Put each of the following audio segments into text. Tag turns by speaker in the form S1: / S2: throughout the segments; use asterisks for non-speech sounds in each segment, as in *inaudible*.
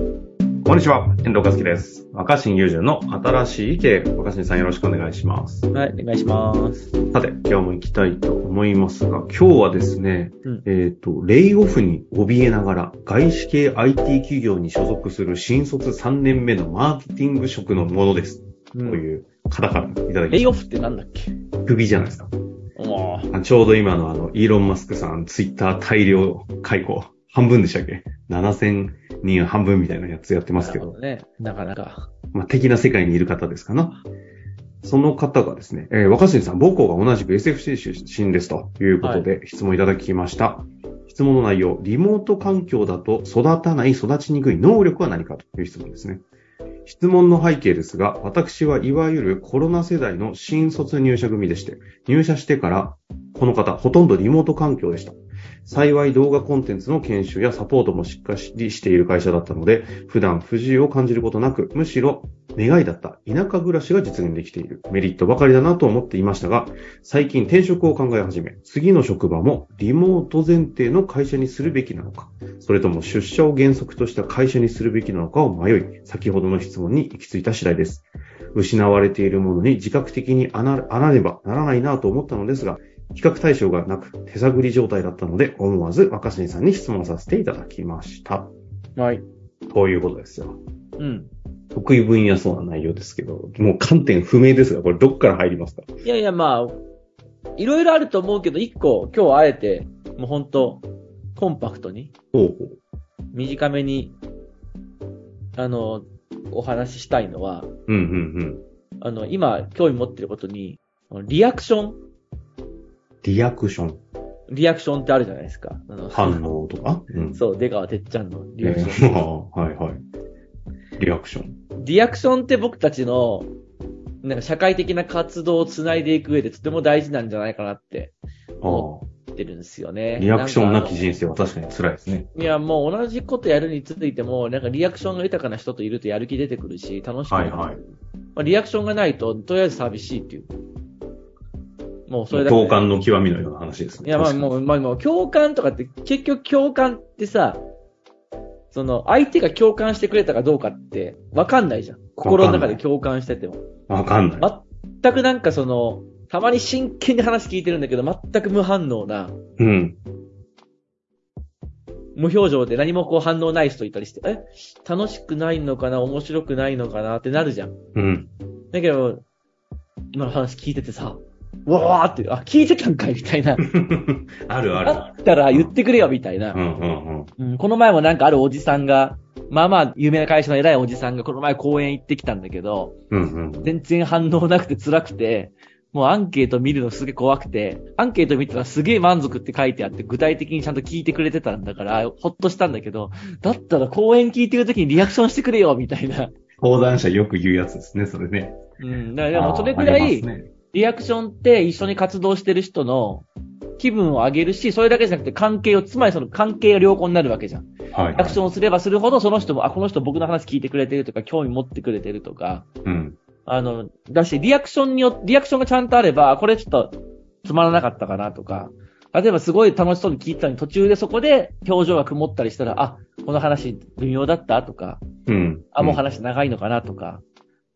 S1: こんにちは、遠藤和樹です。若新友人の新しい経営若新さんよろしくお願いします。
S2: はい、お願いします。
S1: さて、今日も行きたいと思いますが、今日はですね、
S2: うん
S1: えっ、と、レイオフに怯えながら、外資系 IT 企業に所属する新卒3年目のマーケティング職のものです。
S2: う
S1: と
S2: ん、
S1: いう方からいただきま
S2: レ
S1: し
S2: イオフってなんだっけ
S1: た。首じゃないですか。
S2: おー
S1: あちょうど今のあの、イーロン・マスクさん、ツイッター大量解雇、半分でしたっけ ?7000 人半分みたいなやつやってますけど
S2: なるほ、ね。なかなか。
S1: まあ、的な世界にいる方ですかな。その方がですね、えー若新さん、母校が同じく SFC 出身ですということで質問いただきました。質問の内容、リモート環境だと育たない、育ちにくい能力は何かという質問ですね。質問の背景ですが、私はいわゆるコロナ世代の新卒入社組でして、入社してから、この方、ほとんどリモート環境でした。幸い動画コンテンツの研修やサポートもしっかりしている会社だったので、普段不自由を感じることなく、むしろ願いだった田舎暮らしが実現できているメリットばかりだなと思っていましたが、最近転職を考え始め、次の職場もリモート前提の会社にするべきなのか、それとも出社を原則とした会社にするべきなのかを迷い、先ほどの質問に行き着いた次第です。失われているものに自覚的にあなあらねばならないなと思ったのですが、比較対象がなく手探り状態だったので、思わず若新さんに質問させていただきました。
S2: はい。
S1: ということですよ。
S2: うん。
S1: 得意分野そうな内容ですけど、もう観点不明ですが、これどっから入りますか
S2: いやいや、まあ、いろいろあると思うけど、一個、今日あえて、もう本当コンパクトに、
S1: ほうほう。
S2: 短めに、あの、お話ししたいのは、
S1: うんうんうん。
S2: あの、今、興味持ってることに、リアクション、
S1: リアクション、
S2: リアクションってあるじゃないですか。あの
S1: 反応とか。うん。
S2: そう、出川てっちゃんの
S1: え
S2: リアクショ
S1: ー
S2: ン。
S1: *laughs* はいはい。リアクション。
S2: リアクションって僕たちの、なんか社会的な活動をつないでいく上でとても大事なんじゃないかなって
S1: あ
S2: 言ってるんですよ
S1: あ。
S2: ね。
S1: リアクションなき
S2: んか
S1: 人生は確かに辛いですね。
S2: いや、もう同じことやるについても、なんかリアクションが豊かな人といるとやる気出てくるし、楽しくなる
S1: はいはい
S2: まあ、リアクションがないと、とりあえず寂しいっていう。もうそれだけ。
S1: 共感の極みのような話ですね。
S2: いや、まあ
S1: 確かに
S2: もう、まあもう、共感とかって、結局共感ってさ、その、相手が共感してくれたかどうかって、わかんないじゃん。心の中で共感してても。
S1: わかんない。
S2: 全くなんかその、たまに真剣に話聞いてるんだけど、全く無反応な、
S1: うん。
S2: 無表情で何もこう反応ない人いたりして、え楽しくないのかな面白くないのかなってなるじゃん。
S1: うん。 *laughs*
S2: だけど、今の話聞いててさ、うわーって、あ、聞いてたんかいみたいな。
S1: あるある
S2: だ
S1: あ
S2: ったら言ってくれよみたいな
S1: る。う。んうんうん。
S2: うん、この前もなんかあるおじさんが、まあまあ有名な会社の偉いおじさんがこの前公園行ってきたんだけど、
S1: うんうん。
S2: 全然反応なくて辛くて、もうアンケート見るのすげえ怖くて、アンケート見たらすげえ満足って書いてあって、具体的にちゃんと聞いてくれてたんだから、ほっとしたんだけど、だったら講演聞いてる時にリアクションしてくれよ、みたいな。
S1: 登壇者よく言うやつですね、それね。
S2: うん。だからでもそれぐ
S1: あ
S2: ら
S1: ーあり
S2: い
S1: ま、すね
S2: リアクションって一緒に活動してる人の気分を上げるし、それだけじゃなくて関係を、つまりその関係が良好になるわけじゃん。
S1: はい
S2: リアクションをすればするほど、その人も、あ、この人僕の話聞いてくれてるとか、興味持ってくれてるとか、
S1: うん。
S2: あの、だし、リアクションによリアクションがちゃんとあれば、あこれちょっとつまらなかったかなとか、例えばすごい楽しそうに聞いてたのに途中でそこで表情が曇ったりしたら、あ、この話微妙だったとか、
S1: うん。
S2: あ、もう話長いのかなとか、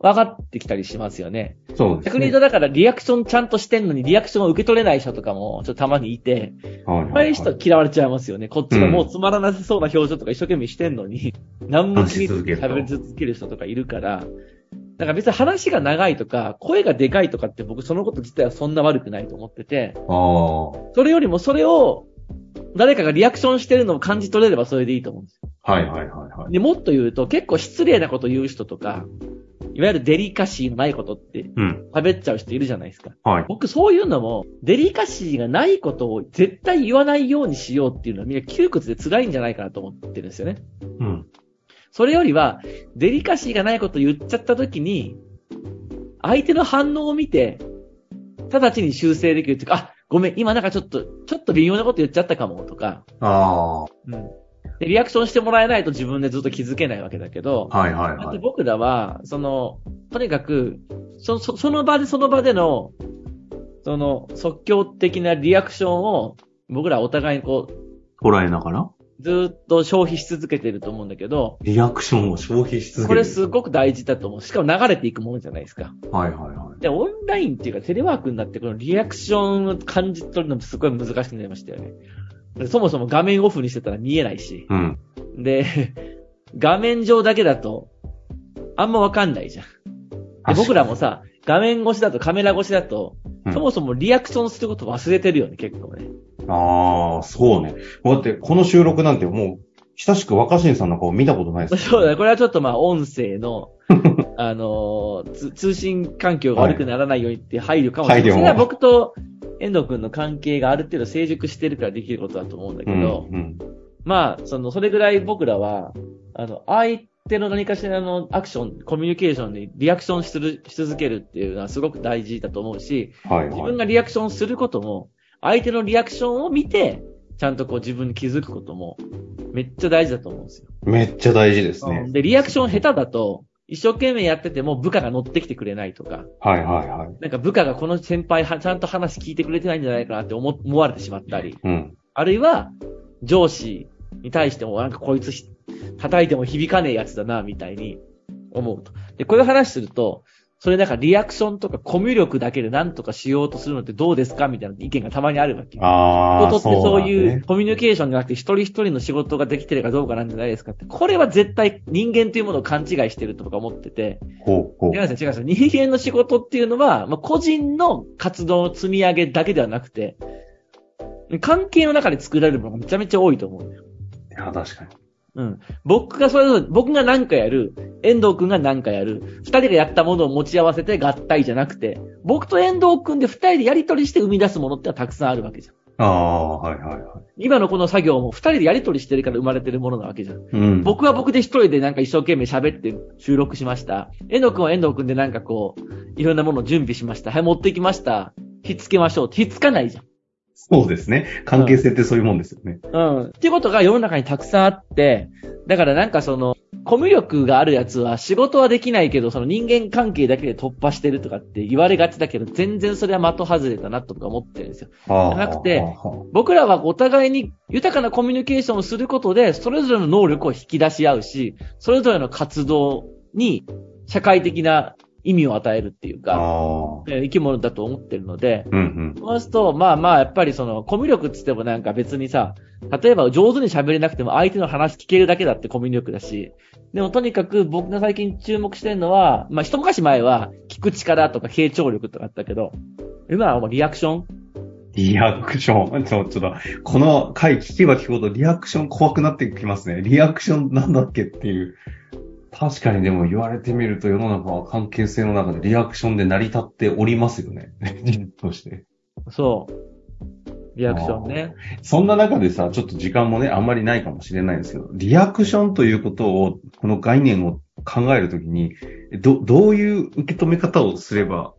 S2: 分かってきたりしますよね。
S1: うんそうです
S2: 逆に言
S1: ね。
S2: うと、だからリアクションちゃんとしてんのにリアクションを受け取れない人とかも、ちょっとたまにいて、
S1: はい
S2: ああいう人は嫌われちゃいますよね。こっちが
S1: うん
S2: もうつまらなさそうな表情とか一生懸命してんのに、何も気にせず
S1: 話し続けると
S2: 喋り続ける人とかいるから、だから別に話が長いとか、声がでかいとかって僕そのこと自体はそんな悪くないと思ってて、
S1: ああ。
S2: それよりもそれを、誰かがリアクションしてるのを感じ取れればそれでいいと思うんですよ。
S1: はいはいはいはい。
S2: で、もっと言うと結構失礼なこと言う人とか、いわゆるデリカシーのないことって
S1: うん。
S2: 喋っちゃう人いるじゃないですか。
S1: はい。
S2: 僕そういうのも、デリカシーがないことを絶対言わないようにしようっていうのはみんな窮屈で辛いんじゃないかなと思ってるんですよね。
S1: うん。
S2: それよりは、デリカシーがないことを言っちゃった時に、相手の反応を見て、直ちに修正できるっていうか、あ、ごめん、今なんかちょっと、ちょっと微妙なこと言っちゃったかもとか、
S1: あ
S2: うん。で、リアクションしてもらえないと自分でずっと気づけないわけだけど、
S1: あ。はいはい
S2: だっ
S1: は
S2: て
S1: い。
S2: 僕らは、その、とにかく、そそその場でその場での、その、即興的なリアクションを、僕らお互いにこ
S1: 捉えながら
S2: う、ずーっと消費し続けてると思うんだけど、
S1: リアクションを消費し続
S2: こ
S1: ける。
S2: れすごく大事だと思う。しかも流れていくものじゃないですか。
S1: はいはいはい。
S2: で、オンラインっていうかテレワークになってこのリアクションを感じ取るのもすごい難しくなりましたよね。でそもそも画面オフにしてたら見えないし。
S1: うん。
S2: で、画面上だけだと、あんまわかんないじゃん。で僕らもさ、画面越しだとカメラ越しだと、
S1: うん
S2: そもそもリアクションすること忘れてるよね、結構ね。
S1: ああ、そうね。だって、この収録なんてもう、親しく若新さんの顔見たことない
S2: *laughs*
S1: です。
S2: そうだね、これはちょっとまあ音声
S1: *laughs*
S2: の、あのーつ通信環境が悪くならないようにって配慮かもしれな
S1: 配
S2: い。
S1: 慮も
S2: それは僕と遠藤くんの関係がある程度成熟してるからできることだと思うんだけ
S1: うん、う
S2: ど、
S1: ん。
S2: まあ、その、それぐらい僕らは、あの、相手の何かしらのアクション、コミュニケーションにリアクションしるし続けるっていうのはすごく大事だと思うし、
S1: はい
S2: 自
S1: はい
S2: 分。がリアクションすることも、相手のリアクションを見て、ちゃんとこう自分に気づくことも、めっちゃ大事だと思うんですよ。
S1: めっちゃ大事です
S2: う
S1: ね
S2: ん。で、リアクション下手だと、一生懸命やってても部下が乗ってきてくれないとか、
S1: はいはいはい。
S2: なんか部下がこの先輩はちゃんと話聞いてくれてないんじゃないかなって思思われてしまったり、
S1: うん。
S2: あるいは上司に対してもなんかこいつひ叩いても響かねえやつだな、みたいに思うと。で、こういう話すると、それなんかリアクションとかコミュ力だけで何とかしようとするのってどうですかみたいな意見がたまにあるわけ。
S1: あ
S2: 人
S1: あ、
S2: とって
S1: そ
S2: そうう
S1: だ
S2: い
S1: ね
S2: う。コミュニケーションじゃなくて一人一人の仕事ができてるかどうかなんじゃないですかって。これは絶対人間というものを勘違いしてると僕は思ってて。
S1: ほうほ
S2: 違うんですよ、違うんですよ。人間の仕事っていうのは、まあ、個人の活動の積み上げだけではなくて、関係の中で作られるものがめちゃめちゃ多いと思う。
S1: う。いや、確かに。
S2: うん。僕がそれぞれ、僕が何かやる、遠藤くんが何かやる、二人がやったものを持ち合わせて合体じゃなくて、僕と遠藤くんで二人でやり取りして生み出すものってのはたくさんあるわけじゃ
S1: あ
S2: ん。
S1: あ、はいはいはい。
S2: 今のこの作業も二人でやり取りしてるから生まれてるものなわけじゃん。
S1: うん。
S2: 僕は僕で一人でなんか一生懸命喋って収録しました。遠藤くんは遠藤くんでなんかこう、いろんなものを準備しました。はい、持ってきました。ひっつけましょう。ひっつかないじゃん。
S1: そうですね。関係性ってそういうもんですよね。
S2: うん。っていうことが世の中にたくさんあって、だからなんかその、コミュ力があるやつは仕事はできないけど、その人間関係だけで突破してるとかって言われがちだけど、全然それは的外れだなと僕は思ってるんですよ。
S1: ああ。
S2: じゃなくて
S1: はあは
S2: 僕らはお互いに豊かなコミュニケーションをすることで、それぞれの能力を引き出し合うし、それぞれの活動に社会的な意味を与えるっていう
S1: あ
S2: か、
S1: ああ。
S2: えー生き物だと思ってるので、
S1: うんうん。
S2: そうすると、まあまあ、やっぱりその、コミュ力っつってもなんか別にさ、例えば上手に喋れなくても相手の話聞けるだけだってコミュ力だし、でもとにかく僕が最近注目してるのは、まあ一昔前は聞く力とか傾聴力とかあったけど、今はもうリアクション
S1: リアクション。 *laughs* ちょ、ちょっと、この回聞けば聞くほどリアクション怖くなってきますね。リアクションなんだっけっていう。確かにでも言われてみると世の中は関係性の中でリアクションで成り立っておりますよね。 *laughs* 人として。
S2: そう。リアクションね。
S1: そんな中でさ、ちょっと時間もね、あんまりないかもしれないんですけど、リアクションということを、この概念を考えるときに、ど、どういう受け止め方をすれば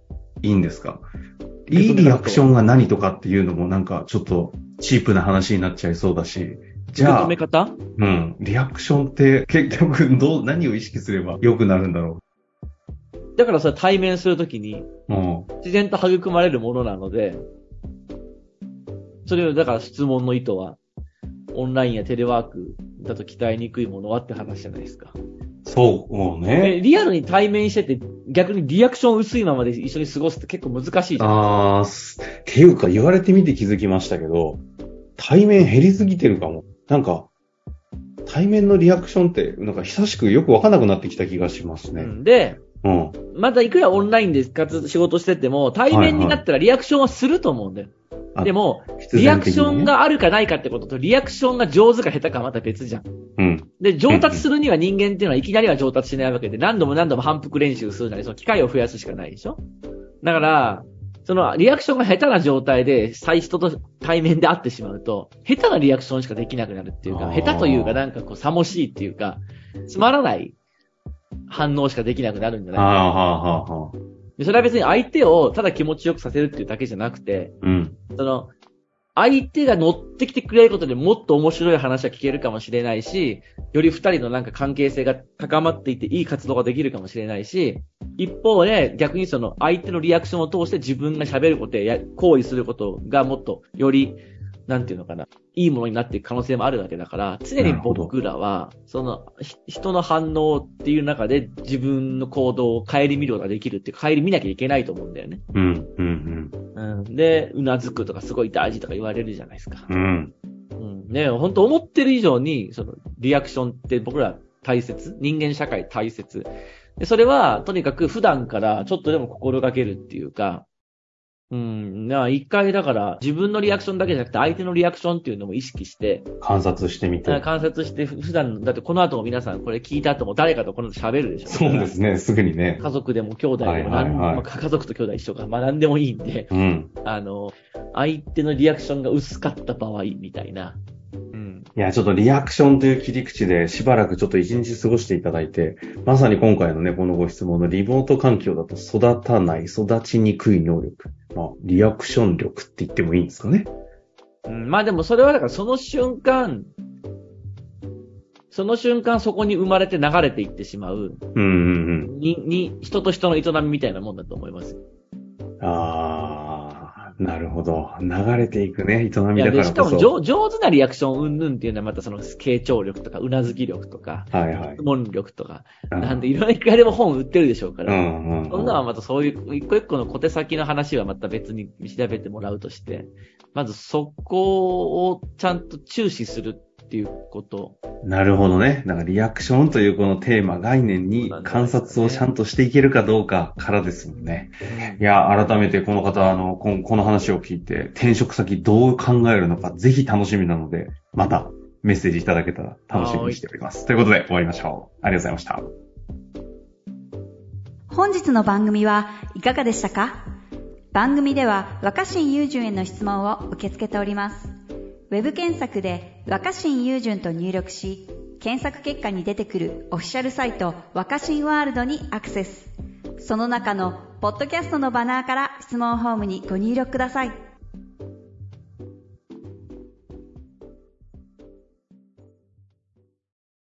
S1: いいんですかいいリアクションが何とかっていうのもなんかちょっとチープな話になっちゃいそうだし、じ
S2: 受け
S1: ゃ
S2: 止
S1: あ
S2: め、方
S1: うん、リアクションって結局どう、何を意識すれば良くなるんだろ
S2: だからそれ対面するときに、
S1: う。もう、
S2: 自然と育まれるものなので、それを、だから質問の意図は、オンラインやテレワークだと鍛えにくいものはって話じゃないですか。
S1: そう、もうね。
S2: でリアルに対面してて、逆にリアクション薄いままで一緒に過ごすって結構難しいじゃん。
S1: ああ、すっていうか言われてみて気づきましたけど、対面減りすぎてるかも。なんか、対面のリアクションって、なんか久しくよくわかんなくなってきた気がします
S2: う
S1: ね。
S2: んで、
S1: うん。
S2: またいくらオンラインで活仕事してても、対面になったらリアクションはすると思うんだよ。
S1: あ
S2: でも、
S1: 必
S2: リア
S1: 然
S2: ク
S1: 的にね
S2: ション。があるかないかってことと、リアクションが上手か下手かはまた別じゃん。
S1: うん。
S2: で、上達するには人間っていうのはいきなりは上達しないわけで、何度も何度も反復練習するなり、その機会を増やすしかないでしょだから、そのリアクションが下手な状態で、最人と対面で会ってしまうと、下手なリアクションしかできなくなるっていう
S1: あ
S2: か、
S1: ー
S2: 下手というかなんかこう、さもしいっていうか、つまらない反応しかできなくなるんじゃ
S1: あ
S2: ない
S1: あ、はあ、はあ、はあ。
S2: でそれは別に相手をただ気持ちよくさせるっていうだけじゃなくて、
S1: うん。
S2: その、相手が乗ってきてくれることでもっと面白い話は聞けるかもしれないし、より二人のなんか関係性が高まっていていい活動ができるかもしれないし、一方で逆にその相手のリアクションを通して自分が喋ることやや行為することがもっとより、なんていうのかな、いいものになっていく可能性もあるわけだから、常に僕らは、その、ひ人の反応っていう中で自分の行動を顧みることができるっていうか、顧みなきゃいけないと思うんだよね。
S1: うん、うん、
S2: うん。で、うなずくとかすごい大事とか言われるじゃないですか。
S1: うん。うん。
S2: うん。ね本当思ってる以上に、その、リアクションって僕ら大切。人間社会大切。で、それは、とにかく普段からちょっとでも心がけるっていうか、うん、な一回だから、自分のリアクションだけじゃなくて、相手のリアクションっていうのも意識して、
S1: 観察してみて。
S2: 観察して、ふ普段、だってこの後も皆さん、これ聞いた後も誰かとこの後喋るでしょ。。
S1: そうですすね、すぐにね。
S2: 家族でも兄弟でも、
S1: はいはいはい
S2: なんまあ家族と兄弟一緒か、まあ何でもいいんで、
S1: うん。
S2: あの、相手のリアクションが薄かった場合、みたいな。うん。
S1: いや、ちょっとリアクションという切り口でしばらくちょっと一日過ごしていただいて、まさに今回のね、このご質問のリモート環境だと育たない、育ちにくい能力。まあ、リアクション力って言ってもいいんですかね。
S2: うんまあでもそれはだからその瞬間、その瞬間そこに生まれて流れていってしまう、
S1: うんうん
S2: に、に、人と人の営みみたいなもんだと思います。
S1: うん。あー、なるほど。流れていくね、営みだか
S2: いや、
S1: らこ
S2: で
S1: そ。
S2: しかも上上手なリアクションうんぬんっていうのはまたその傾聴力とか、うなずき力とか、
S1: はいはい
S2: 質。問力とか、
S1: う
S2: なんでいろんないくらでも本売ってるでしょうか
S1: う
S2: ら、
S1: んうんうん。
S2: そんなのはまたそういう一個一個の小手先の話はまた別に調べてもらうとして、まずそこをちゃんと注視するっていうこと。
S1: なるほどね。だからリアクションというこのテーマ、概念に観察をちゃんとしていけるかどうかからですもんね。いや、改めてこの方、あの、こんこの話を聞いて、転職先どう考えるのか、ぜひ楽しみなので、またメッセージいただけたら楽しみにしております。ということで、終わりましょう。ありがとうございました。
S3: 本日の番組はいかがでしたか番組では若新雄純への質問を受け付けております。ウェブ検索で若新雄純と入力し、検索結果に出てくるオフィシャルサイト若新ワールドにアクセス。その中のポッドキャストのバナーから質問フォームにご入力ください。